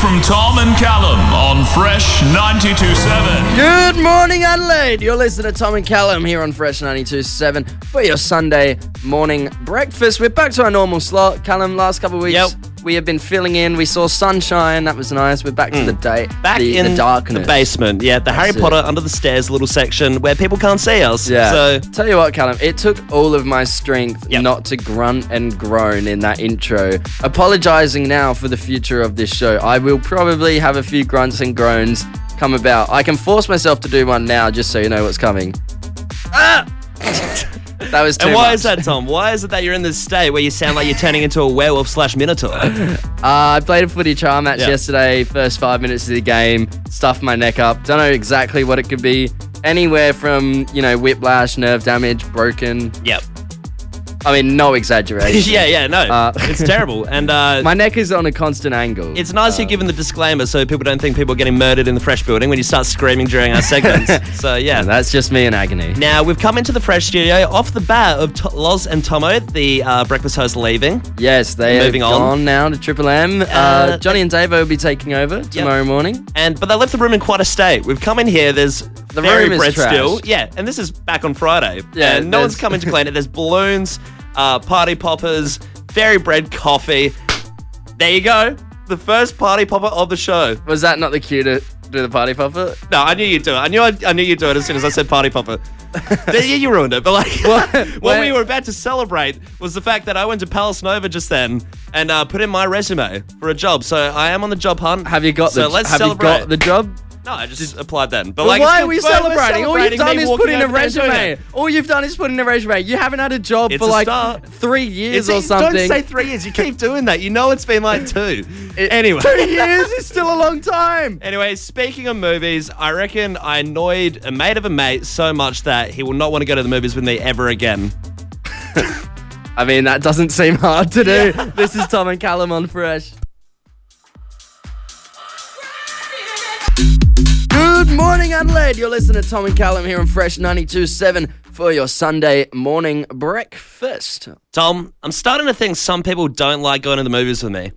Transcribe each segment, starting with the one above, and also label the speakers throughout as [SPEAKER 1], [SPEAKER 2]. [SPEAKER 1] from Tom and Callum on Fresh 92.7.
[SPEAKER 2] Good morning, Adelaide. You're listening to Tom and Callum here on Fresh 92.7 for your Sunday morning breakfast. We're back to our normal slot. Callum, last couple of weeks,
[SPEAKER 3] Yep.
[SPEAKER 2] we have been filling in. We saw sunshine. That was nice. We're back to the day,
[SPEAKER 3] Hmm. Back
[SPEAKER 2] the,
[SPEAKER 3] in
[SPEAKER 2] the darkness.
[SPEAKER 3] the basement, yeah, the Harry
[SPEAKER 2] it.
[SPEAKER 3] Potter under the stairs little section where people can't see us.
[SPEAKER 2] Yeah.
[SPEAKER 3] So
[SPEAKER 2] Tell you what, Callum, it took all of my strength
[SPEAKER 3] Yep.
[SPEAKER 2] not to grunt and groan in that intro. Apologizing now for the future of this show. I will probably have a few grunts and groans come about. I can force myself to do one now just so you know what's coming. Ah! that was too
[SPEAKER 3] and why
[SPEAKER 2] much.
[SPEAKER 3] is that, Tom? Why is it that you're in this state where you sound like you're turning into a werewolf slash minotaur?
[SPEAKER 2] Uh, I played a footy trial match
[SPEAKER 3] Yeah.
[SPEAKER 2] yesterday, first five minutes of the game, stuffed my neck up. Don't know exactly what it could be. Anywhere from, you know, whiplash, nerve damage, broken.
[SPEAKER 3] yep.
[SPEAKER 2] I mean, no exaggeration.
[SPEAKER 3] yeah, yeah, no.
[SPEAKER 2] Uh,
[SPEAKER 3] it's terrible. And uh,
[SPEAKER 2] My Uh, neck is on a constant angle.
[SPEAKER 3] it's nice you're giving the disclaimer so people don't think people are getting murdered in the fresh building when you start screaming during our segments. so yeah.
[SPEAKER 2] And that's just me in agony.
[SPEAKER 3] now we've come into the fresh studio off the bat of to- Loz and Tomo, the uh, breakfast host leaving.
[SPEAKER 2] Yes, they
[SPEAKER 3] Moving
[SPEAKER 2] are
[SPEAKER 3] on.
[SPEAKER 2] gone now to Triple M. Uh,
[SPEAKER 3] Uh,
[SPEAKER 2] Johnny and Davo will be taking over tomorrow morning.
[SPEAKER 3] and but they left the room in quite a state. We've come in here. There's the very
[SPEAKER 2] room is
[SPEAKER 3] bread
[SPEAKER 2] trashed.
[SPEAKER 3] still. Yeah, and this is back on Friday.
[SPEAKER 2] Yeah,
[SPEAKER 3] and no one's
[SPEAKER 2] there's-
[SPEAKER 3] coming to clean it. There's balloons, uh, party poppers, fairy bread coffee. There you go. The first party popper of the show.
[SPEAKER 2] Was that not the cue to do the party popper?
[SPEAKER 3] No, I knew you'd do it. I knew I, I knew you'd do it as soon as I said party popper. yeah, you ruined it. But like, what
[SPEAKER 2] well-
[SPEAKER 3] we were about to celebrate was the fact that I went to Palace Nova just then and uh, put in my resume for a job. So I am on the job hunt.
[SPEAKER 2] Have you got
[SPEAKER 3] so
[SPEAKER 2] the
[SPEAKER 3] let's
[SPEAKER 2] have
[SPEAKER 3] celebrate.
[SPEAKER 2] you got the job?
[SPEAKER 3] No, I just applied then. But,
[SPEAKER 2] But
[SPEAKER 3] like,
[SPEAKER 2] why
[SPEAKER 3] it's-
[SPEAKER 2] are we
[SPEAKER 3] but we're
[SPEAKER 2] celebrating? All you've
[SPEAKER 3] celebrating
[SPEAKER 2] done
[SPEAKER 3] me
[SPEAKER 2] is
[SPEAKER 3] walking
[SPEAKER 2] put in a
[SPEAKER 3] over there and doing
[SPEAKER 2] resume.
[SPEAKER 3] it.
[SPEAKER 2] All you've done is put in a resume. You haven't had a job
[SPEAKER 3] It's
[SPEAKER 2] for
[SPEAKER 3] a
[SPEAKER 2] like
[SPEAKER 3] start.
[SPEAKER 2] three years or
[SPEAKER 3] It's-
[SPEAKER 2] something.
[SPEAKER 3] Don't say three years. You keep doing that. You know it's been like two.
[SPEAKER 2] It-
[SPEAKER 3] anyway.
[SPEAKER 2] Two years is still a long time.
[SPEAKER 3] Anyway, speaking of movies, I reckon I annoyed a mate of a mate so much that he will not want to go to the movies with me ever again.
[SPEAKER 2] I mean, that doesn't seem hard to do. this is Tom and Callum on Fresh. Good morning, Adelaide. You're listening to Tom and Callum here on Fresh 92.7 for your Sunday morning breakfast.
[SPEAKER 3] Tom, I'm starting to think some people don't like going to the movies with me.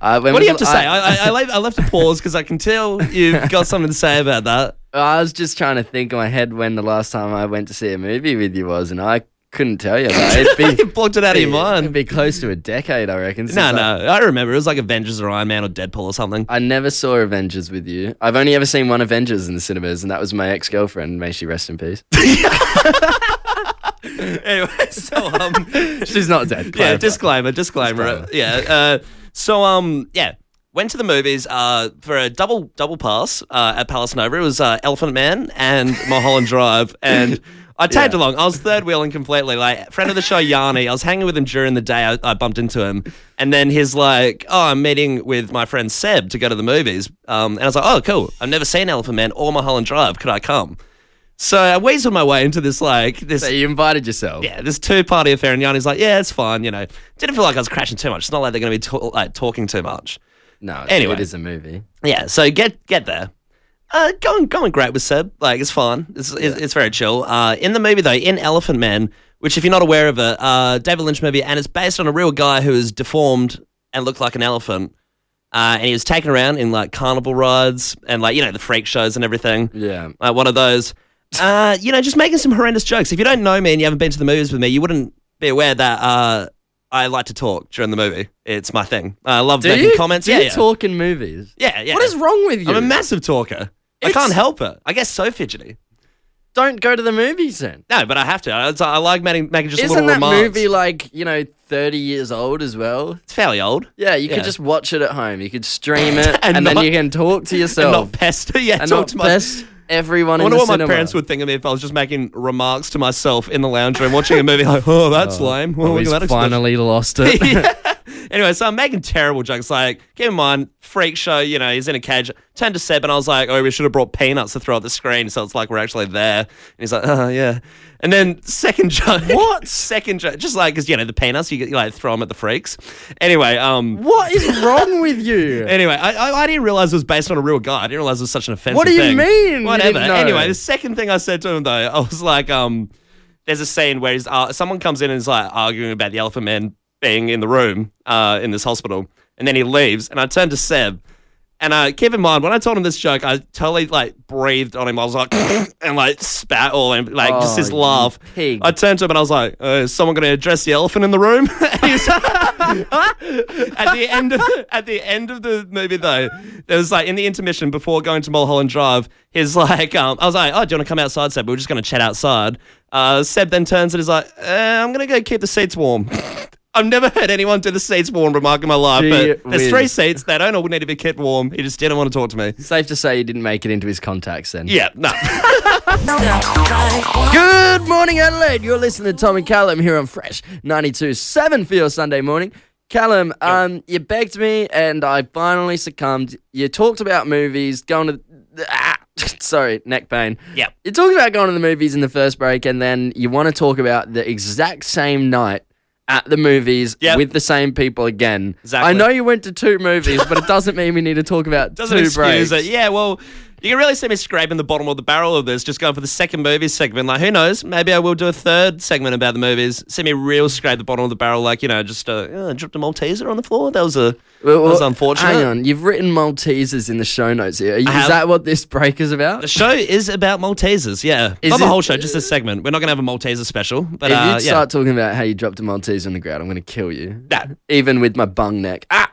[SPEAKER 2] Uh, when
[SPEAKER 3] What do
[SPEAKER 2] was
[SPEAKER 3] you have to
[SPEAKER 2] the-
[SPEAKER 3] say? I, I, I, left, I left a pause because I can tell you've got something to say about that.
[SPEAKER 2] I was just trying to think in my head when the last time I went to see a movie with you was, and I couldn't tell you. But it'd be,
[SPEAKER 3] you blocked it out of your
[SPEAKER 2] It'd
[SPEAKER 3] mind.
[SPEAKER 2] be close to a decade, I reckon. since
[SPEAKER 3] No,
[SPEAKER 2] I-
[SPEAKER 3] no, I remember. It was like Avengers or Iron Man or Deadpool or something.
[SPEAKER 2] I never saw Avengers with you. I've only ever seen one Avengers in the cinemas, and that was my ex girlfriend. May she rest in peace.
[SPEAKER 3] anyway, so um,
[SPEAKER 2] She's not dead.
[SPEAKER 3] yeah,
[SPEAKER 2] clarify.
[SPEAKER 3] disclaimer, disclaimer, yeah. Uh, so um, yeah, went to the movies uh for a double double pass uh at Palace Nova. It was uh, Elephant Man and Mulholland Drive, and I tagged along. I was third wheeling completely. Like friend of the show Yanni, I was hanging with him during the day. I, I bumped into him, and then he's like, "Oh, I'm meeting with my friend Seb to go to the movies." Um, and I was like, "Oh, cool. I've never seen Elephant Man or Mulholland Drive. Could I come?" So I weaseled my way into this like this
[SPEAKER 2] So you invited yourself.
[SPEAKER 3] yeah, this two party affair, and Yanni's like, yeah, it's fine, you know. Didn't feel like I was crashing too much. It's not like they're going to be ta- like talking too much.
[SPEAKER 2] No,
[SPEAKER 3] Anyway.
[SPEAKER 2] it is a movie.
[SPEAKER 3] Yeah, so get get there. Uh, going going great with Seb. Like it's fine. It's it's, it's very chill. Uh, in the movie though, in Elephant Man, which if you're not aware of it, uh, David Lynch movie, and it's based on a real guy who is deformed and looked like an elephant. Uh, and he was taken around in like carnival rides and like you know the freak shows and everything
[SPEAKER 2] Yeah.
[SPEAKER 3] like one of those. Uh, you know, just making some horrendous jokes. If you don't know me and you haven't been to the movies with me, you wouldn't be aware that uh, I like to talk during the movie. It's my thing. I love
[SPEAKER 2] Do
[SPEAKER 3] making
[SPEAKER 2] you
[SPEAKER 3] comments.
[SPEAKER 2] Do
[SPEAKER 3] yeah,
[SPEAKER 2] you
[SPEAKER 3] yeah.
[SPEAKER 2] talk in movies?
[SPEAKER 3] yeah, yeah.
[SPEAKER 2] What is wrong with you?
[SPEAKER 3] I'm a massive talker. I
[SPEAKER 2] It's-
[SPEAKER 3] can't help it. I guess so fidgety.
[SPEAKER 2] Don't go to the movies then.
[SPEAKER 3] No, but I have to. I, I like making, making just
[SPEAKER 2] Isn't
[SPEAKER 3] little
[SPEAKER 2] that
[SPEAKER 3] remarks.
[SPEAKER 2] movie like you know thirty years old as well?
[SPEAKER 3] it's fairly old.
[SPEAKER 2] Yeah, you
[SPEAKER 3] Yeah.
[SPEAKER 2] could just watch it at home. You could stream it, and,
[SPEAKER 3] And
[SPEAKER 2] then
[SPEAKER 3] not-
[SPEAKER 2] you can talk to
[SPEAKER 3] And
[SPEAKER 2] yourself
[SPEAKER 3] not pester. Yeah,
[SPEAKER 2] and
[SPEAKER 3] talk
[SPEAKER 2] not
[SPEAKER 3] to my.
[SPEAKER 2] best everyone in
[SPEAKER 3] I wonder
[SPEAKER 2] the
[SPEAKER 3] what my
[SPEAKER 2] cinema.
[SPEAKER 3] parents would think of me if I was just making remarks to myself in the lounge room watching a movie. Like, oh, that's lame. Well,
[SPEAKER 2] Oh,
[SPEAKER 3] look
[SPEAKER 2] he's
[SPEAKER 3] at that explosion.
[SPEAKER 2] finally lost it.
[SPEAKER 3] Anyway, so I'm making terrible jokes. Like, keep in mind, freak show. You know, he's in a cage. Turned to Seb and I was like, "Oh, we should have brought peanuts to throw at the screen, so it's like we're actually there." And he's like, "Oh, yeah." And then second joke.
[SPEAKER 2] What?
[SPEAKER 3] second joke? Just like, cause you know the peanuts, you, get- you like throw them at the freaks. Anyway, um.
[SPEAKER 2] what is wrong with you?
[SPEAKER 3] Anyway, I, I, I didn't realize it was based on a real guy. I didn't realize it was such an offensive
[SPEAKER 2] What do you
[SPEAKER 3] thing.
[SPEAKER 2] mean you
[SPEAKER 3] Whatever.
[SPEAKER 2] didn't know?
[SPEAKER 3] Anyway, the second thing I said to him though, I was like, um, there's a scene where he's, uh, someone comes in and is like arguing about the Elephant Man being in the room uh, in this hospital, and then he leaves. And I turned to Seb, and uh, keep in mind when I told him this joke, I totally like breathed on him. I was like, and like spat all and like just
[SPEAKER 2] Oh,
[SPEAKER 3] his
[SPEAKER 2] you
[SPEAKER 3] laugh.
[SPEAKER 2] pig.
[SPEAKER 3] I turned to him and I was like, uh, "Is someone going to address the elephant in the room?" And he was- at the end of at the end of the movie though, there was like in the intermission before going to Mulholland Drive, his like um, I was like, "Oh, do you want to come outside, Seb? We're just going to chat outside." Uh, Seb then turns and is like, uh, "I'm going to go keep the seats warm." I've never heard anyone do the seats warm remark in my life,
[SPEAKER 2] Gee
[SPEAKER 3] but there's
[SPEAKER 2] whiz.
[SPEAKER 3] three seats. They don't all need to be kept warm. He just didn't want to talk to me.
[SPEAKER 2] Safe to say you didn't make it into his contacts then.
[SPEAKER 3] Yeah, no.
[SPEAKER 2] Good morning, Adelaide. You're listening to Tom and Callum here on Fresh 92.7 for your Sunday morning. Callum, um, you begged me and I finally succumbed. You talked about movies, going to. Ah, sorry, neck pain.
[SPEAKER 3] Yep.
[SPEAKER 2] You talked about going to the movies in the first break and then you want to talk about the exact same night at the movies
[SPEAKER 3] Yep.
[SPEAKER 2] with the same people again.
[SPEAKER 3] Exactly.
[SPEAKER 2] I know you went to two movies, but it doesn't mean we need to talk about
[SPEAKER 3] Doesn't
[SPEAKER 2] two
[SPEAKER 3] excuse
[SPEAKER 2] breaks.
[SPEAKER 3] it. Yeah, well, you can really see me scraping the bottom of the barrel of this, just going for the second movie segment. Like, who knows? Maybe I will do a third segment about the movies. See me real scrape the bottom of the barrel, like, you know, just uh, uh, dropped a Malteser on the floor. That was a
[SPEAKER 2] Well,
[SPEAKER 3] that was
[SPEAKER 2] well,
[SPEAKER 3] unfortunate.
[SPEAKER 2] Hang on, you've written Maltesers in the show notes here. Is
[SPEAKER 3] have.
[SPEAKER 2] that what this break is about?
[SPEAKER 3] The show is about Maltesers, yeah.
[SPEAKER 2] Is
[SPEAKER 3] Not
[SPEAKER 2] it-
[SPEAKER 3] the whole show, just a segment. We're not going to have a Malteser special, but
[SPEAKER 2] if you
[SPEAKER 3] uh, yeah.
[SPEAKER 2] start talking about how you dropped a Maltese on the ground, I'm going to kill you.
[SPEAKER 3] Nah.
[SPEAKER 2] Even with my bung neck. Ah!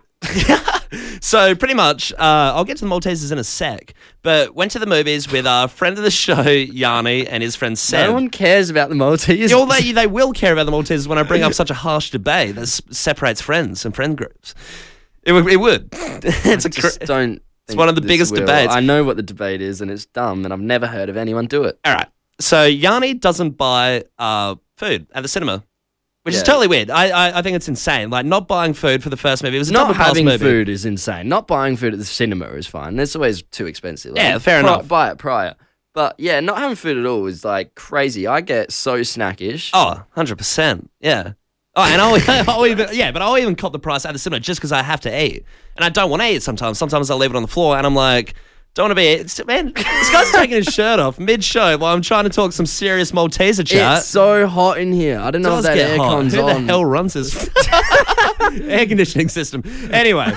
[SPEAKER 3] So pretty much, uh, I'll get to the Maltesers in a sec. But went to the movies with a friend of the show, Yanni, and his friend Seb.
[SPEAKER 2] No one cares about the Maltese.
[SPEAKER 3] Yeah, well, they, they will care about the Maltesers when I bring up such a harsh debate that s- separates friends and friend groups. It would. It would. it's a
[SPEAKER 2] just
[SPEAKER 3] cr-
[SPEAKER 2] don't. think
[SPEAKER 3] one of the
[SPEAKER 2] this
[SPEAKER 3] biggest
[SPEAKER 2] will.
[SPEAKER 3] debates.
[SPEAKER 2] I know what the debate is, and it's dumb, and I've never heard of anyone do it.
[SPEAKER 3] All right. So Yanni doesn't buy uh, food at the cinema, which is
[SPEAKER 2] Yeah.
[SPEAKER 3] totally weird. I, I I think it's insane. Like not buying food for the first movie. It was a double
[SPEAKER 2] Not
[SPEAKER 3] pass
[SPEAKER 2] having
[SPEAKER 3] movie.
[SPEAKER 2] food is insane. Not buying food at the cinema is fine. That's always too expensive. Like,
[SPEAKER 3] Yeah, fair
[SPEAKER 2] pri-
[SPEAKER 3] enough.
[SPEAKER 2] Buy it prior. But yeah, not having food at all is like crazy. I get so snackish.
[SPEAKER 3] Oh, 100 percent. Yeah. Oh, and I'll, I'll even yeah, but I'll even cut the price out of the cinema just because I have to eat, and I don't want to eat sometimes. Sometimes I leave it on the floor, and I'm like, don't want to be. It's, man, this guy's taking his shirt off mid-show while I'm trying to talk some serious Malteser chat.
[SPEAKER 2] It's so hot in here. I don't know if
[SPEAKER 3] does
[SPEAKER 2] that
[SPEAKER 3] get hot.
[SPEAKER 2] aircon's
[SPEAKER 3] Who the
[SPEAKER 2] on.
[SPEAKER 3] hell runs this air conditioning system? Anyway,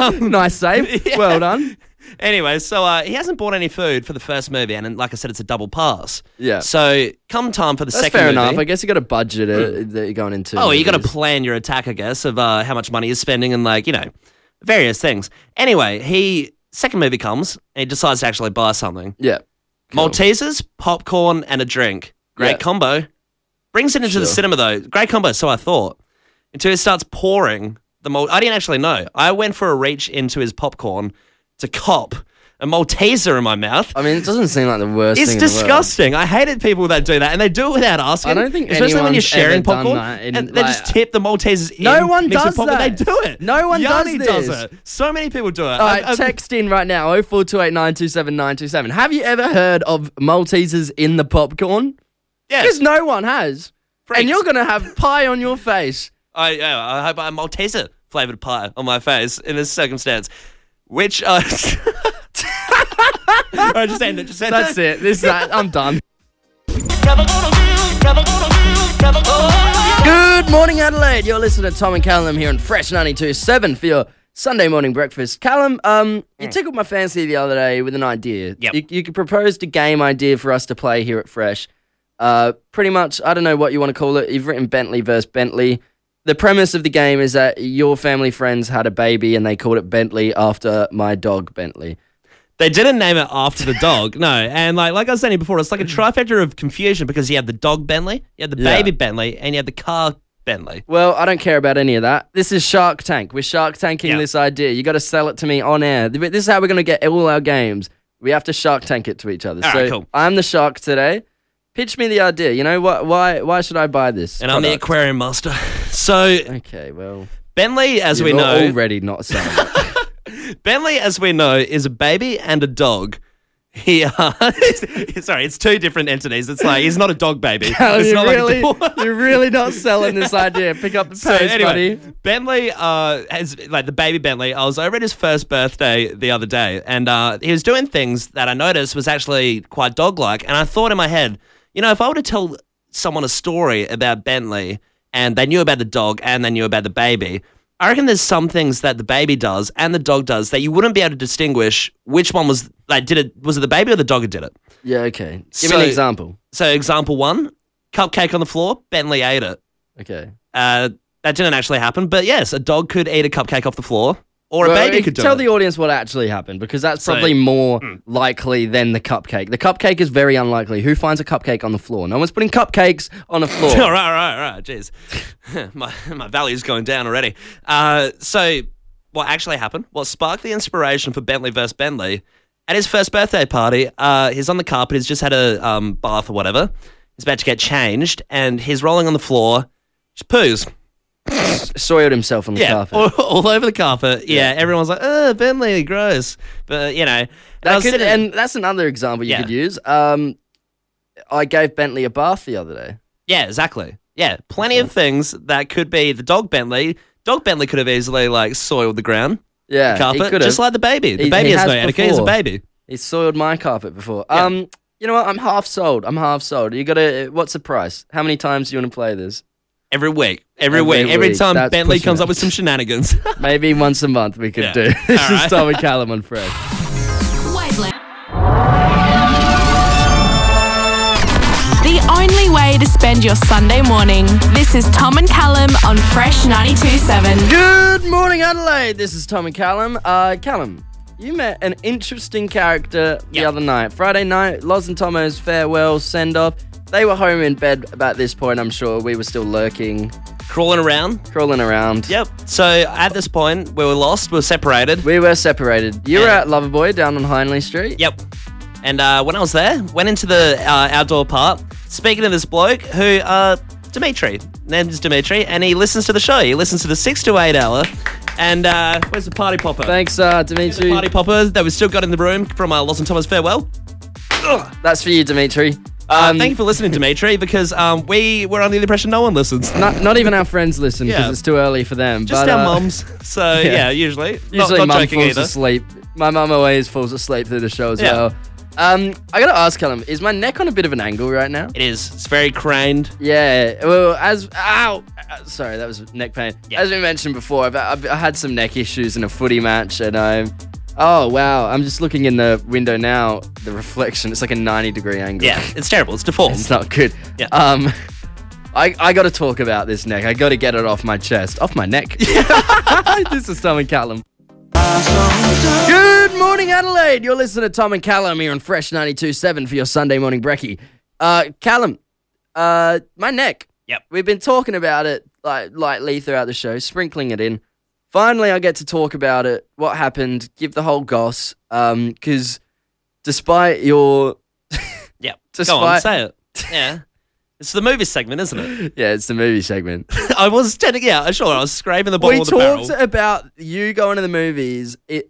[SPEAKER 2] nice save.
[SPEAKER 3] Yeah.
[SPEAKER 2] Well done.
[SPEAKER 3] anyway, so uh, he hasn't bought any food for the first movie, and like I said, it's a double pass.
[SPEAKER 2] Yeah.
[SPEAKER 3] So come time for the
[SPEAKER 2] That's
[SPEAKER 3] second
[SPEAKER 2] fair
[SPEAKER 3] movie,
[SPEAKER 2] enough. I guess you got a budget uh, that you're going into.
[SPEAKER 3] Oh, you got to
[SPEAKER 2] movies.
[SPEAKER 3] plan your attack, I guess, of uh, how much money you're spending and like you know, various things. Anyway, he second movie comes and he decides to actually buy something:
[SPEAKER 2] yeah. Cool.
[SPEAKER 3] Maltesers, popcorn, and a drink. Great
[SPEAKER 2] Yeah.
[SPEAKER 3] combo. Brings it into the
[SPEAKER 2] Sure.
[SPEAKER 3] cinema though. Great combo, so I thought. Until he starts pouring the malt. I didn't actually know. I went for a reach into his popcorn to cop a Malteser in my mouth.
[SPEAKER 2] I mean, it doesn't seem like the worst.
[SPEAKER 3] It's
[SPEAKER 2] thing in the world.
[SPEAKER 3] disgusting. I hated people that do that, and they do it without asking.
[SPEAKER 2] I don't think
[SPEAKER 3] especially when you're
[SPEAKER 2] anyone's
[SPEAKER 3] sharing
[SPEAKER 2] ever done
[SPEAKER 3] popcorn,
[SPEAKER 2] that in,
[SPEAKER 3] and they
[SPEAKER 2] like-
[SPEAKER 3] just tip the Maltesers in.
[SPEAKER 2] No one
[SPEAKER 3] mix with
[SPEAKER 2] does
[SPEAKER 3] popcorn.
[SPEAKER 2] that.
[SPEAKER 3] They do it.
[SPEAKER 2] No one does
[SPEAKER 3] Yanni
[SPEAKER 2] this.
[SPEAKER 3] it. So many people do it. um,
[SPEAKER 2] All right, text in right now 0428927927. Have you ever heard of Maltesers in the popcorn? Because
[SPEAKER 3] Yes.
[SPEAKER 2] no one has.
[SPEAKER 3] Freaks.
[SPEAKER 2] And you're going to have pie on your face.
[SPEAKER 3] I, yeah, I hope I'm Malteser flavored pie on my face in this circumstance, which. Uh, I just end it. Just end
[SPEAKER 2] That's it. This that. I'm done. Good morning, Adelaide. You're listening to Tom and Callum here on Fresh 92.7 for your Sunday morning breakfast. Callum, um, you tickled my fancy the other day with an idea.
[SPEAKER 3] Yep.
[SPEAKER 2] You, you proposed a game idea for us to play here at Fresh. Uh, pretty much, I don't know what you want to call it. You've written Bentley versus Bentley. The premise of the game is that your family friends had a baby and they called it Bentley after my dog Bentley.
[SPEAKER 3] They didn't name it after the dog, no. And like like I was saying before, it's like a trifecta of confusion because you had the dog Bentley, you had the
[SPEAKER 2] Yeah.
[SPEAKER 3] baby Bentley, and you had the car Bentley.
[SPEAKER 2] Well, I don't care about any of that. This is Shark Tank. We're Shark Tanking
[SPEAKER 3] Yeah.
[SPEAKER 2] this idea. You got to sell it to me on air. Th- This is how we're going to get all our games. We have to Shark Tank it to each other.
[SPEAKER 3] All
[SPEAKER 2] so
[SPEAKER 3] right, cool.
[SPEAKER 2] I'm the shark today. Pitch me the idea. You know what? Why? Why should I buy this?
[SPEAKER 3] And I'm the
[SPEAKER 2] product?
[SPEAKER 3] aquarium master. So
[SPEAKER 2] Okay. Well,
[SPEAKER 3] Bentley, as we
[SPEAKER 2] you're
[SPEAKER 3] know,
[SPEAKER 2] already not selling. it.
[SPEAKER 3] Bentley, as we know, is a baby and a dog. He, uh, sorry, it's two different entities. It's like he's not a dog baby. it's
[SPEAKER 2] you're,
[SPEAKER 3] not
[SPEAKER 2] really,
[SPEAKER 3] like a dog.
[SPEAKER 2] you're really not selling this idea. Pick up the pace,
[SPEAKER 3] So anyway,
[SPEAKER 2] buddy.
[SPEAKER 3] Bentley uh, has like the baby Bentley. I was over at his first birthday the other day, and uh, he was doing things that I noticed was actually quite dog-like. And I thought in my head, you know, if I were to tell someone a story about Bentley, and they knew about the dog and they knew about the baby, I reckon there's some things that the baby does and the dog does that you wouldn't be able to distinguish which one was like did it was it the baby or the dog who did it.
[SPEAKER 2] Yeah, okay. Give
[SPEAKER 3] So-
[SPEAKER 2] me an example.
[SPEAKER 3] So example one, cupcake on the floor, Bentley ate it.
[SPEAKER 2] Okay.
[SPEAKER 3] Uh, that didn't actually happen, but yes, a dog could eat a cupcake off the floor, or a
[SPEAKER 2] Well,
[SPEAKER 3] baby
[SPEAKER 2] it-
[SPEAKER 3] could do
[SPEAKER 2] tell
[SPEAKER 3] it.
[SPEAKER 2] the audience what actually happened because that's
[SPEAKER 3] So-
[SPEAKER 2] probably more
[SPEAKER 3] Hmm.
[SPEAKER 2] likely than the cupcake. The cupcake is very unlikely. Who finds a cupcake on the floor? No one's putting cupcakes on a floor.
[SPEAKER 3] all right, all right, all right. Jeez, my my value's going down already. Uh, so, what actually happened? What sparked the inspiration for Bentley versus Bentley? At his first birthday party, uh, he's on the carpet. He's just had a um, bath or whatever. He's about to get changed, and he's rolling on the floor. Just poos.
[SPEAKER 2] Soiled himself on the
[SPEAKER 3] Yeah,
[SPEAKER 2] carpet.
[SPEAKER 3] All, all over the carpet. Yeah, everyone's like, "Oh, Bentley, gross." But you know, and I
[SPEAKER 2] that
[SPEAKER 3] was
[SPEAKER 2] could,
[SPEAKER 3] sitting-
[SPEAKER 2] and that's another example you
[SPEAKER 3] Yeah.
[SPEAKER 2] could use. Um, I gave Bentley a bath the other day.
[SPEAKER 3] Yeah, exactly. Yeah, plenty of things that could be the dog Bentley. Dog Bentley could have easily like soiled the ground,
[SPEAKER 2] Yeah, he
[SPEAKER 3] carpet,
[SPEAKER 2] could've.
[SPEAKER 3] just like the baby. The
[SPEAKER 2] He-
[SPEAKER 3] baby
[SPEAKER 2] he
[SPEAKER 3] has,
[SPEAKER 2] has
[SPEAKER 3] no etiquette. He's a
[SPEAKER 2] before.
[SPEAKER 3] baby.
[SPEAKER 2] He soiled my carpet before.
[SPEAKER 3] Yeah.
[SPEAKER 2] Um, you know what? I'm half sold. I'm half sold. You gotta. What's the price? How many times do you want to play this?
[SPEAKER 3] Every week, every,
[SPEAKER 2] Every
[SPEAKER 3] week, every
[SPEAKER 2] week.
[SPEAKER 3] time
[SPEAKER 2] That's
[SPEAKER 3] Bentley
[SPEAKER 2] pushing
[SPEAKER 3] comes
[SPEAKER 2] it.
[SPEAKER 3] up with some shenanigans.
[SPEAKER 2] Maybe once a month we could
[SPEAKER 3] Yeah.
[SPEAKER 2] do.
[SPEAKER 3] All
[SPEAKER 2] this
[SPEAKER 3] right.
[SPEAKER 2] is Tom and Callum on Fresh.
[SPEAKER 4] Wavelength. The only way to spend your Sunday morning. This is Tom and Callum on Fresh 92.7.
[SPEAKER 2] Good morning, Adelaide. This is Tom and Callum. Uh, Callum, you met an interesting character the
[SPEAKER 3] Yeah.
[SPEAKER 2] other night. Friday night, Loz and Tomo's farewell send off. They were home in bed about this point. I'm sure we were still lurking,
[SPEAKER 3] Crawling around.
[SPEAKER 2] crawling around.
[SPEAKER 3] Yep. So at this point, we were lost. We were separated.
[SPEAKER 2] We were separated. You were
[SPEAKER 3] Yeah.
[SPEAKER 2] at Loverboy down on Hindley Street.
[SPEAKER 3] Yep. And uh, when I was there, went into the uh, outdoor part. Speaking of this bloke, who uh, Dimitri, name's Dimitri, and he listens to the show. He listens to the six to eight hour. And uh, where's the party popper?
[SPEAKER 2] Thanks, uh, Dimitri.
[SPEAKER 3] the party popper that we still got in the room from uh, Lost and Thomas farewell.
[SPEAKER 2] That's for you, Dimitri.
[SPEAKER 3] Uh,
[SPEAKER 2] Um,
[SPEAKER 3] thank you for listening, Dimitri, because um, we were under the impression no one listens.
[SPEAKER 2] Not, not even our friends listen because
[SPEAKER 3] Yeah.
[SPEAKER 2] it's too early for them.
[SPEAKER 3] Just
[SPEAKER 2] but,
[SPEAKER 3] our
[SPEAKER 2] uh,
[SPEAKER 3] mums. So yeah, usually. Not-
[SPEAKER 2] Usually,
[SPEAKER 3] not,
[SPEAKER 2] mum
[SPEAKER 3] joking
[SPEAKER 2] falls
[SPEAKER 3] either.
[SPEAKER 2] asleep. My mum always falls asleep through the show as
[SPEAKER 3] Yeah.
[SPEAKER 2] well. Um, I gotta ask, Callum, is my neck on a bit of an angle right now?
[SPEAKER 3] It is. It's very craned.
[SPEAKER 2] Yeah. Well, as ow, Uh, sorry, that was neck pain.
[SPEAKER 3] Yeah.
[SPEAKER 2] As we mentioned before, I've, I've I had some neck issues in a footy match, and I'm. Oh wow! I'm just looking in the window now. The reflection. It's like a 90 degree angle.
[SPEAKER 3] Yeah, it's terrible. It's deformed.
[SPEAKER 2] It's not good.
[SPEAKER 3] Yeah.
[SPEAKER 2] Um, I, I got to talk about this neck. I got to get it off my chest, off my neck. this is Tom and Callum. Good morning, Adelaide. You're listening to Tom and Callum here on Fresh 92.7 for your Sunday morning brekkie. Uh, Callum, uh, my neck.
[SPEAKER 3] Yep.
[SPEAKER 2] We've been talking about it like lightly throughout the show, sprinkling it in. Finally, I get to talk about it. What happened? Give the whole goss. Um, because despite your
[SPEAKER 3] yeah. Go on,
[SPEAKER 2] Despite-
[SPEAKER 3] say it. Yeah. It's the movie segment, isn't it?
[SPEAKER 2] yeah, it's the movie segment.
[SPEAKER 3] I was standing, yeah, sure. I was scraping the bottom
[SPEAKER 2] we
[SPEAKER 3] of the
[SPEAKER 2] talked
[SPEAKER 3] barrel.
[SPEAKER 2] about you going to the movies it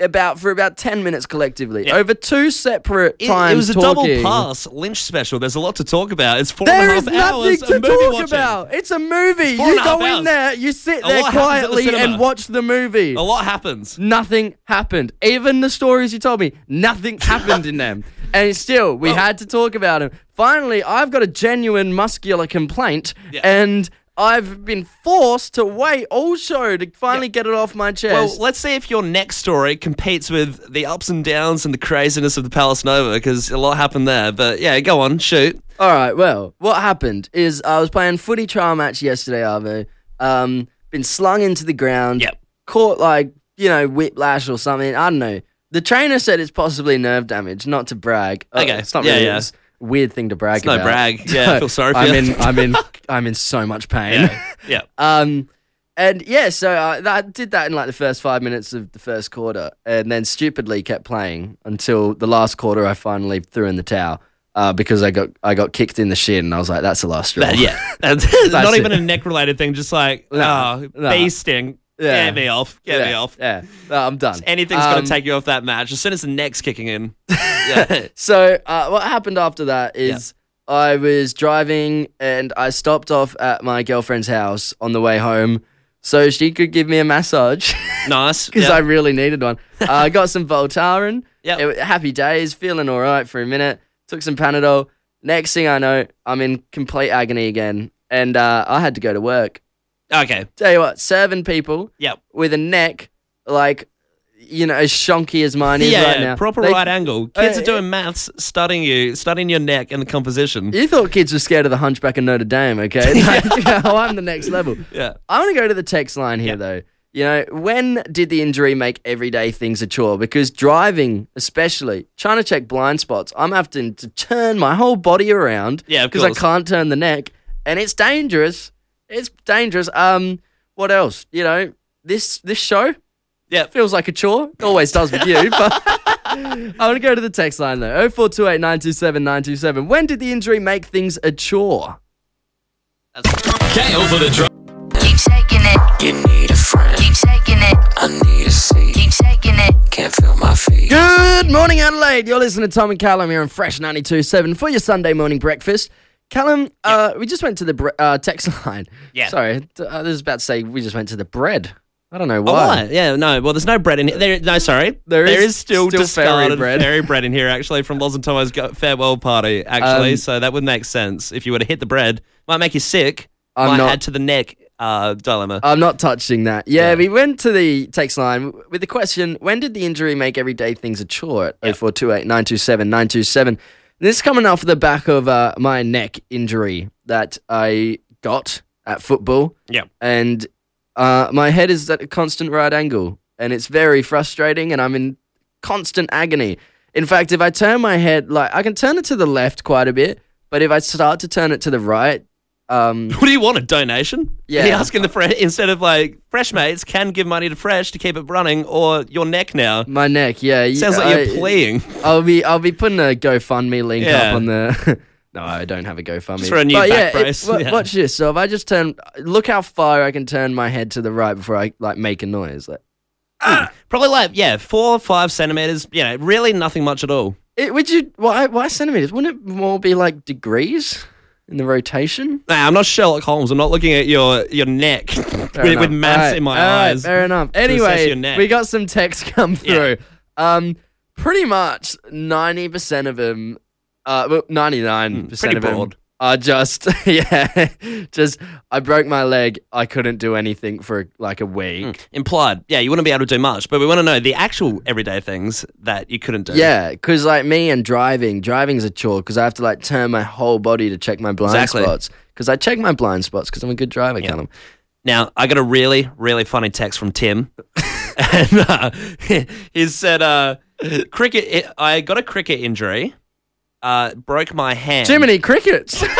[SPEAKER 2] about for about 10 minutes collectively
[SPEAKER 3] Yeah.
[SPEAKER 2] over two separate
[SPEAKER 3] It,
[SPEAKER 2] times
[SPEAKER 3] it was a double
[SPEAKER 2] talking.
[SPEAKER 3] pass Lynch special. There's a lot to talk about. It's four and a
[SPEAKER 2] there is
[SPEAKER 3] half
[SPEAKER 2] nothing
[SPEAKER 3] hours
[SPEAKER 2] to
[SPEAKER 3] of movie
[SPEAKER 2] talk
[SPEAKER 3] watching.
[SPEAKER 2] about. It's a movie.
[SPEAKER 3] four and
[SPEAKER 2] You
[SPEAKER 3] a half
[SPEAKER 2] go in
[SPEAKER 3] hours.
[SPEAKER 2] there, you sit
[SPEAKER 3] A
[SPEAKER 2] there
[SPEAKER 3] lot happens at the
[SPEAKER 2] quietly
[SPEAKER 3] cinema.
[SPEAKER 2] and watch the movie.
[SPEAKER 3] A lot happens.
[SPEAKER 2] Nothing happened. Even the stories you told me, nothing happened in them. And still, we had to talk about them. Finally, I've got a genuine muscular complaint,
[SPEAKER 3] Yeah.
[SPEAKER 2] and I've been forced to wait all show to finally get it off my chest.
[SPEAKER 3] Well, let's see if your next story competes with the ups and downs and the craziness of the Palace Nova, because a lot happened there. But yeah, go on, shoot.
[SPEAKER 2] All right. Well, what happened is I was playing footy trial match yesterday, Arvo. Um, been slung into the ground.
[SPEAKER 3] Yep.
[SPEAKER 2] Caught like you know whiplash or something. I don't know. The trainer said it's possibly nerve damage. Not to brag. Oh,
[SPEAKER 3] Okay,
[SPEAKER 2] It's not
[SPEAKER 3] yeah,
[SPEAKER 2] really
[SPEAKER 3] yeah.
[SPEAKER 2] it's a weird thing to brag
[SPEAKER 3] no
[SPEAKER 2] about.
[SPEAKER 3] brag. Yeah, I feel sorry for
[SPEAKER 2] I'm
[SPEAKER 3] you.
[SPEAKER 2] in. I'm in. I'm in so much pain.
[SPEAKER 3] Yeah, yeah.
[SPEAKER 2] Um, and yeah, so I, I did that in like the first five minutes of the first quarter, and then stupidly kept playing until the last quarter. I finally threw in the towel uh, because I got I got kicked in the shin, and I was like, "That's the last straw."
[SPEAKER 3] That- Uh, yeah. That's not
[SPEAKER 2] it.
[SPEAKER 3] even a neck related thing, just like,
[SPEAKER 2] No,
[SPEAKER 3] oh,
[SPEAKER 2] no.
[SPEAKER 3] bee sting.
[SPEAKER 2] Yeah.
[SPEAKER 3] Get me off. Get
[SPEAKER 2] yeah,
[SPEAKER 3] me off.
[SPEAKER 2] Yeah, No, I'm done.
[SPEAKER 3] Anything's
[SPEAKER 2] Um,
[SPEAKER 3] going to take you off that match as soon as the neck's kicking in. Yeah.
[SPEAKER 2] So uh, what happened after that is I was driving and I stopped off at my girlfriend's house on the way home, so she could give me a massage.
[SPEAKER 3] nice.
[SPEAKER 2] because
[SPEAKER 3] yeah.
[SPEAKER 2] I really needed one. Uh, I got some Voltaren.
[SPEAKER 3] Yep.
[SPEAKER 2] It- Happy days, feeling all right for a minute. Took some Panadol. Next thing I know, I'm in complete agony again, and uh, I had to go to work.
[SPEAKER 3] Okay.
[SPEAKER 2] Tell you what, serving people
[SPEAKER 3] Yep.
[SPEAKER 2] with a neck like you know as shonky as mine is
[SPEAKER 3] yeah,
[SPEAKER 2] right now.
[SPEAKER 3] proper
[SPEAKER 2] They-
[SPEAKER 3] right angle. Kids
[SPEAKER 2] Uh,
[SPEAKER 3] are doing maths, studying you, studying your neck and the composition.
[SPEAKER 2] You thought kids were scared of the Hunchback of Notre Dame, okay? Like, oh, I'm the next level.
[SPEAKER 3] Yeah.
[SPEAKER 2] I want to go to the text line here,
[SPEAKER 3] Yeah.
[SPEAKER 2] though. You know, when did the injury make everyday things a chore? Because driving, especially, trying to check blind spots, I'm having to turn my whole body around.
[SPEAKER 3] Yeah, of
[SPEAKER 2] Because I
[SPEAKER 3] course.
[SPEAKER 2] can't turn the neck, and it's dangerous. It's dangerous. Um, what else? You know, this this show
[SPEAKER 3] Yeah.
[SPEAKER 2] feels like a chore. It always does with you, but I want to go to the text line though. 0428 927 927. When did the injury make things a chore?
[SPEAKER 5] Kale for the drive.
[SPEAKER 6] Keep shaking it.
[SPEAKER 7] You need a friend.
[SPEAKER 6] Keep shaking it.
[SPEAKER 7] I need a seat.
[SPEAKER 6] Keep shaking it.
[SPEAKER 7] Can't feel my feet.
[SPEAKER 2] Good morning, Adelaide. You're listening to Tom and Callum here on Fresh 92.7 for your Sunday morning breakfast. Callum, uh, we just went to the bre- uh, text line.
[SPEAKER 3] Yeah.
[SPEAKER 2] Sorry, t- I was about to say we just went to the bread. I don't know
[SPEAKER 3] Oh,
[SPEAKER 2] why.
[SPEAKER 3] why? Yeah, no. Well, there's no bread in here. There, no, sorry.
[SPEAKER 2] There
[SPEAKER 3] there
[SPEAKER 2] is
[SPEAKER 3] is still,
[SPEAKER 2] still
[SPEAKER 3] discarded
[SPEAKER 2] fairy bread.
[SPEAKER 3] bread in here, actually, from Los Angeles go- farewell party, actually.
[SPEAKER 2] Um,
[SPEAKER 3] so that would make sense if you were to hit the bread. Might make you sick.
[SPEAKER 2] I'm
[SPEAKER 3] might
[SPEAKER 2] not-
[SPEAKER 3] add to the neck uh, dilemma.
[SPEAKER 2] I'm not touching that. Yeah, we went to the text line w- with the question when did the injury make everyday things a chore at 0428 927 927? This is coming off the back of uh, my neck injury that I got at football.
[SPEAKER 3] Yeah.
[SPEAKER 2] And uh, my head is at a constant right angle, and it's very frustrating, and I'm in constant agony. In fact, if I turn my head, like I can turn it to the left quite a bit, but if I start to turn it to the right, um,
[SPEAKER 3] What do you want? A donation?
[SPEAKER 2] Yeah.
[SPEAKER 3] Are you asking the fresh instead of like fresh mates can give money to fresh to keep it running or your neck now.
[SPEAKER 2] my neck, yeah, you-
[SPEAKER 3] Sounds like
[SPEAKER 2] I-
[SPEAKER 3] you're pleading
[SPEAKER 2] I'll be I'll be putting a GoFundMe link up
[SPEAKER 3] Yeah.
[SPEAKER 2] on the. no, I don't have a GoFundMe.
[SPEAKER 3] Just for a new
[SPEAKER 2] but
[SPEAKER 3] back
[SPEAKER 2] yeah, it-
[SPEAKER 3] brace,
[SPEAKER 2] wa-
[SPEAKER 3] yeah.
[SPEAKER 2] Watch this. So if I just turn, look how far I can turn my head to the right before I like make a noise. Like
[SPEAKER 3] Probably like yeah, four or five centimeters. You know, really nothing much at all.
[SPEAKER 2] it, would you? Why why centimeters? Wouldn't it more be like degrees in the rotation?
[SPEAKER 3] Nah, I'm not Sherlock Holmes. I'm not looking at your your neck with,
[SPEAKER 2] Fair enough.
[SPEAKER 3] with maths
[SPEAKER 2] Alright,
[SPEAKER 3] in my
[SPEAKER 2] alright,
[SPEAKER 3] eyes.
[SPEAKER 2] fair enough.
[SPEAKER 3] assess
[SPEAKER 2] Anyway,
[SPEAKER 3] your neck.
[SPEAKER 2] we got some texts come through.
[SPEAKER 3] Yeah.
[SPEAKER 2] Um, pretty much ninety percent of them, uh, well, ninety nine percent
[SPEAKER 3] Hmm, pretty
[SPEAKER 2] of them
[SPEAKER 3] broad.
[SPEAKER 2] are just yeah, just I broke my leg. I couldn't do anything for like a week.
[SPEAKER 3] Hmm, Implied. Yeah, you wouldn't be able to do much, but we want to know the actual everyday things that you couldn't do.
[SPEAKER 2] Yeah, because like me and driving, driving's a chore because I have to like turn my whole body to check my blind
[SPEAKER 3] Exactly.
[SPEAKER 2] spots. Because I check my blind spots because I'm a good driver, Callum.
[SPEAKER 3] Now, I got a really, really funny text from Tim. and uh, he said, uh, cricket, I got a cricket injury, uh, broke my hand.
[SPEAKER 2] Jiminy crickets.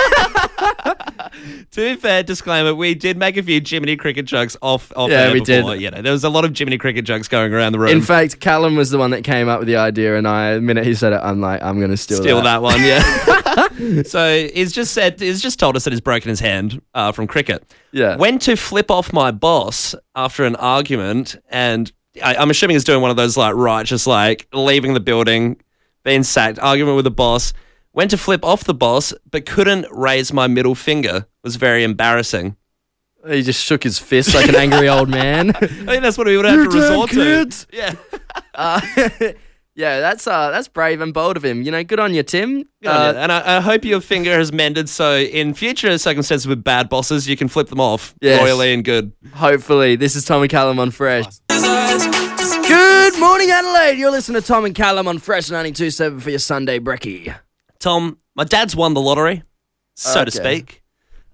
[SPEAKER 3] To be fair, disclaimer, we did make a few Jiminy cricket jokes off, off
[SPEAKER 2] Yeah,
[SPEAKER 3] air
[SPEAKER 2] we
[SPEAKER 3] before.
[SPEAKER 2] did.
[SPEAKER 3] You know, there was a lot of Jiminy cricket jokes going around the room.
[SPEAKER 2] In fact, Callum was the one that came up with the idea, and I, the minute he said it, I'm like, I'm gonna steal,
[SPEAKER 3] Steal that one, yeah. so he's just said he's just told us that he's broken his hand uh, from cricket.
[SPEAKER 2] Yeah.
[SPEAKER 3] When to flip off my boss after an argument, and I, I'm assuming he's doing one of those like righteous, like leaving the building, being sacked, argument with the boss. Went to flip off the boss, but couldn't raise my middle finger. It was very embarrassing.
[SPEAKER 2] He just shook his fist like an angry old man.
[SPEAKER 3] I think that's what we would have
[SPEAKER 2] You
[SPEAKER 3] to
[SPEAKER 2] damn
[SPEAKER 3] resort
[SPEAKER 2] kids.
[SPEAKER 3] to. Yeah.
[SPEAKER 2] Uh, yeah, that's uh, that's brave and bold of him. You know, good on you, Tim. Uh,
[SPEAKER 3] Good on you. and I, I hope your finger has mended so in future circumstances with bad bosses, you can flip them off
[SPEAKER 2] Yes.
[SPEAKER 3] royally and good.
[SPEAKER 2] Hopefully, this is Tom and Callum on Fresh. Good morning, Adelaide. You're listening to Tom and Callum on Fresh 92.7 for your Sunday brekkie.
[SPEAKER 3] Tom, my dad's won the lottery, so to
[SPEAKER 2] Okay.
[SPEAKER 3] speak.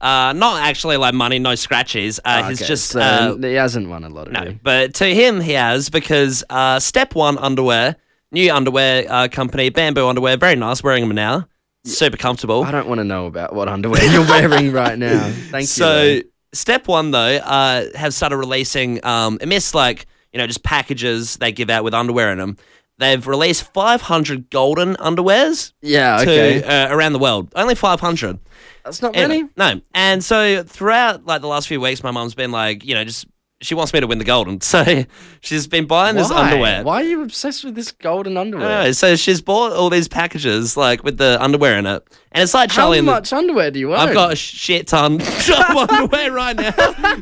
[SPEAKER 3] Uh, not actually like money, no scratches. Uh, He's
[SPEAKER 2] Ah, Okay,
[SPEAKER 3] just
[SPEAKER 2] so
[SPEAKER 3] uh,
[SPEAKER 2] he hasn't won a lot of
[SPEAKER 3] no, but to him he has because uh, step one underwear, new underwear uh, company, bamboo underwear, very nice. Wearing them now, super comfortable.
[SPEAKER 2] I don't want to know about what underwear you're wearing right now. Thank you.
[SPEAKER 3] So
[SPEAKER 2] though.
[SPEAKER 3] step one though, uh, have started releasing um, amidst like you know just packages they give out with underwear in them. They've released 500 golden underwears
[SPEAKER 2] yeah, okay.
[SPEAKER 3] to uh, around the world. Only 500.
[SPEAKER 2] That's not
[SPEAKER 3] Anyway,
[SPEAKER 2] many.
[SPEAKER 3] No. And so throughout like the last few weeks, my mum's been like, you know, just she wants me to win the golden. So she's been buying this
[SPEAKER 2] Why?
[SPEAKER 3] underwear. Uh,
[SPEAKER 2] Why are you obsessed with this golden
[SPEAKER 3] I don't
[SPEAKER 2] underwear?
[SPEAKER 3] know. So she's bought all these packages like with the underwear in it, and it's like
[SPEAKER 2] How
[SPEAKER 3] Charlie. and the-
[SPEAKER 2] much underwear do you own?
[SPEAKER 3] I've got a shit ton of underwear right now.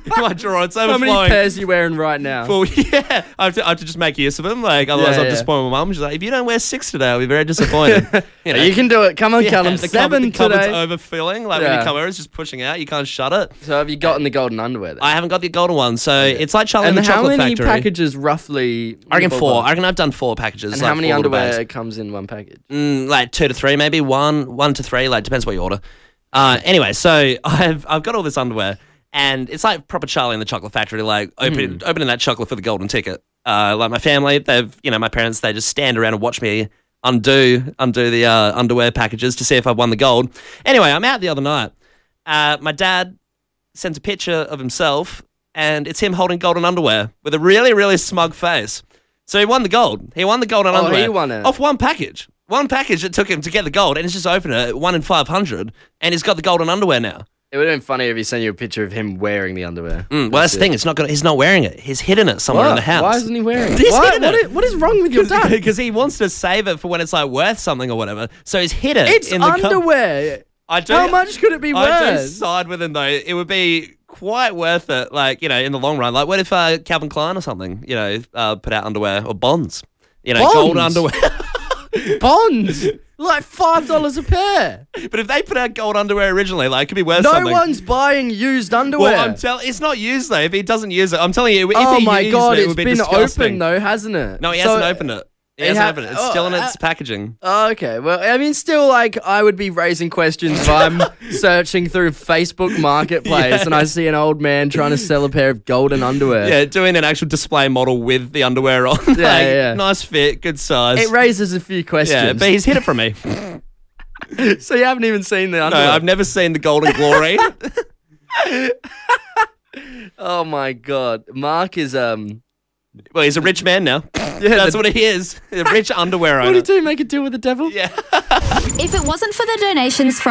[SPEAKER 3] My drawer, it's
[SPEAKER 2] How
[SPEAKER 3] overflowing.
[SPEAKER 2] many pairs are you wearing right now?
[SPEAKER 3] Well, yeah, I have, to, I have to just make use of them. Like otherwise,
[SPEAKER 2] Yeah,
[SPEAKER 3] I'll
[SPEAKER 2] yeah.
[SPEAKER 3] disappoint my mum. She's like, if you don't wear six today, I'll be very disappointed. you know.
[SPEAKER 2] you can do it. Come on, Callum.
[SPEAKER 3] the
[SPEAKER 2] Seven
[SPEAKER 3] cupboard, the cupboard's
[SPEAKER 2] today.
[SPEAKER 3] overfilling. Like when
[SPEAKER 2] Yeah.
[SPEAKER 3] you come over, it's just pushing out. You can't shut it.
[SPEAKER 2] So have you gotten the golden underwear? Then?
[SPEAKER 3] I haven't got the golden one, so it's like Charlie and,
[SPEAKER 2] and
[SPEAKER 3] the
[SPEAKER 2] how
[SPEAKER 3] Chocolate
[SPEAKER 2] many
[SPEAKER 3] Factory.
[SPEAKER 2] packages roughly?
[SPEAKER 3] I
[SPEAKER 2] you
[SPEAKER 3] reckon
[SPEAKER 2] bought
[SPEAKER 3] four. I
[SPEAKER 2] one?
[SPEAKER 3] reckon I've done four packages.
[SPEAKER 2] And
[SPEAKER 3] like
[SPEAKER 2] how many
[SPEAKER 3] four little
[SPEAKER 2] underwear
[SPEAKER 3] bags.
[SPEAKER 2] comes in one package?
[SPEAKER 3] Mm, like two to three, maybe one, one to three. Like depends what you order. Uh, anyway, so I've I've got all this underwear, and it's like proper Charlie and the Chocolate Factory, like opening
[SPEAKER 2] Hmm.
[SPEAKER 3] opening that chocolate for the golden ticket. Uh, like my family, they've you know my parents, they just stand around and watch me undo undo the uh, underwear packages to see if I've won the gold. Anyway, I'm out the other night. Uh, my dad sends a picture of himself, and it's him holding golden underwear with a really, really smug face. So he won the gold. He won the golden
[SPEAKER 2] Oh,
[SPEAKER 3] underwear
[SPEAKER 2] he won it.
[SPEAKER 3] off one package. One package that took him to get the gold, and he's just opened it one in five hundred, and he's got the golden underwear now.
[SPEAKER 2] It would have been funny if he sent you a picture of him wearing the underwear.
[SPEAKER 3] Mm, well, that's the thing. It's not. Gonna, he's not wearing it. He's hidden it somewhere in the house.
[SPEAKER 2] Why isn't he wearing it?
[SPEAKER 3] He's
[SPEAKER 2] Why-
[SPEAKER 3] hidden
[SPEAKER 2] what,
[SPEAKER 3] it.
[SPEAKER 2] is, what is wrong with your dad?
[SPEAKER 3] Because he wants to save it for when it's like worth something or whatever. So he's hid it.
[SPEAKER 2] It's
[SPEAKER 3] in the cup-
[SPEAKER 2] underwear.
[SPEAKER 3] I do.
[SPEAKER 2] How much could it be
[SPEAKER 3] I do
[SPEAKER 2] worth?
[SPEAKER 3] side with him though. It would be quite worth it, like you know, in the long run. Like, what if uh, Calvin Klein or something, you know, uh, put out underwear or Bonds, you know, gold
[SPEAKER 2] Bonds?
[SPEAKER 3] underwear.
[SPEAKER 2] Bonds, like five dollars a pair.
[SPEAKER 3] but if they put out gold underwear originally, like, it could be worth
[SPEAKER 2] No
[SPEAKER 3] something.
[SPEAKER 2] one's buying used underwear.
[SPEAKER 3] well, I'm telling it's not used though. If he doesn't use it, I'm telling you. If
[SPEAKER 2] oh
[SPEAKER 3] he
[SPEAKER 2] my
[SPEAKER 3] used
[SPEAKER 2] god,
[SPEAKER 3] it, it
[SPEAKER 2] it's
[SPEAKER 3] would be
[SPEAKER 2] been
[SPEAKER 3] disgusting.
[SPEAKER 2] opened though, hasn't it?
[SPEAKER 3] No, he
[SPEAKER 2] So-
[SPEAKER 3] hasn't opened it. He,
[SPEAKER 2] he
[SPEAKER 3] hasn't
[SPEAKER 2] ha-
[SPEAKER 3] opened it. It's
[SPEAKER 2] oh,
[SPEAKER 3] still in its
[SPEAKER 2] uh,
[SPEAKER 3] packaging.
[SPEAKER 2] Okay, well, I mean, still, like, I would be raising questions if I'm searching through Facebook Marketplace and I see an old man trying to sell a pair of golden underwear.
[SPEAKER 3] Yeah, doing an actual display model with the underwear on. like,
[SPEAKER 2] yeah, yeah.
[SPEAKER 3] Nice fit, good size.
[SPEAKER 2] It raises a few
[SPEAKER 3] yeah,
[SPEAKER 2] questions.
[SPEAKER 3] but he's hid it from me.
[SPEAKER 2] so you haven't even seen the
[SPEAKER 3] No,
[SPEAKER 2] underwear.
[SPEAKER 3] I've never seen the Golden Glory.
[SPEAKER 2] oh my god, Mark is um.
[SPEAKER 3] well, he's a rich man now. That's what he is. A rich underwear
[SPEAKER 2] What
[SPEAKER 3] owner.
[SPEAKER 2] do you do? Make a deal with the devil?
[SPEAKER 3] yeah.
[SPEAKER 5] If it wasn't for the donations from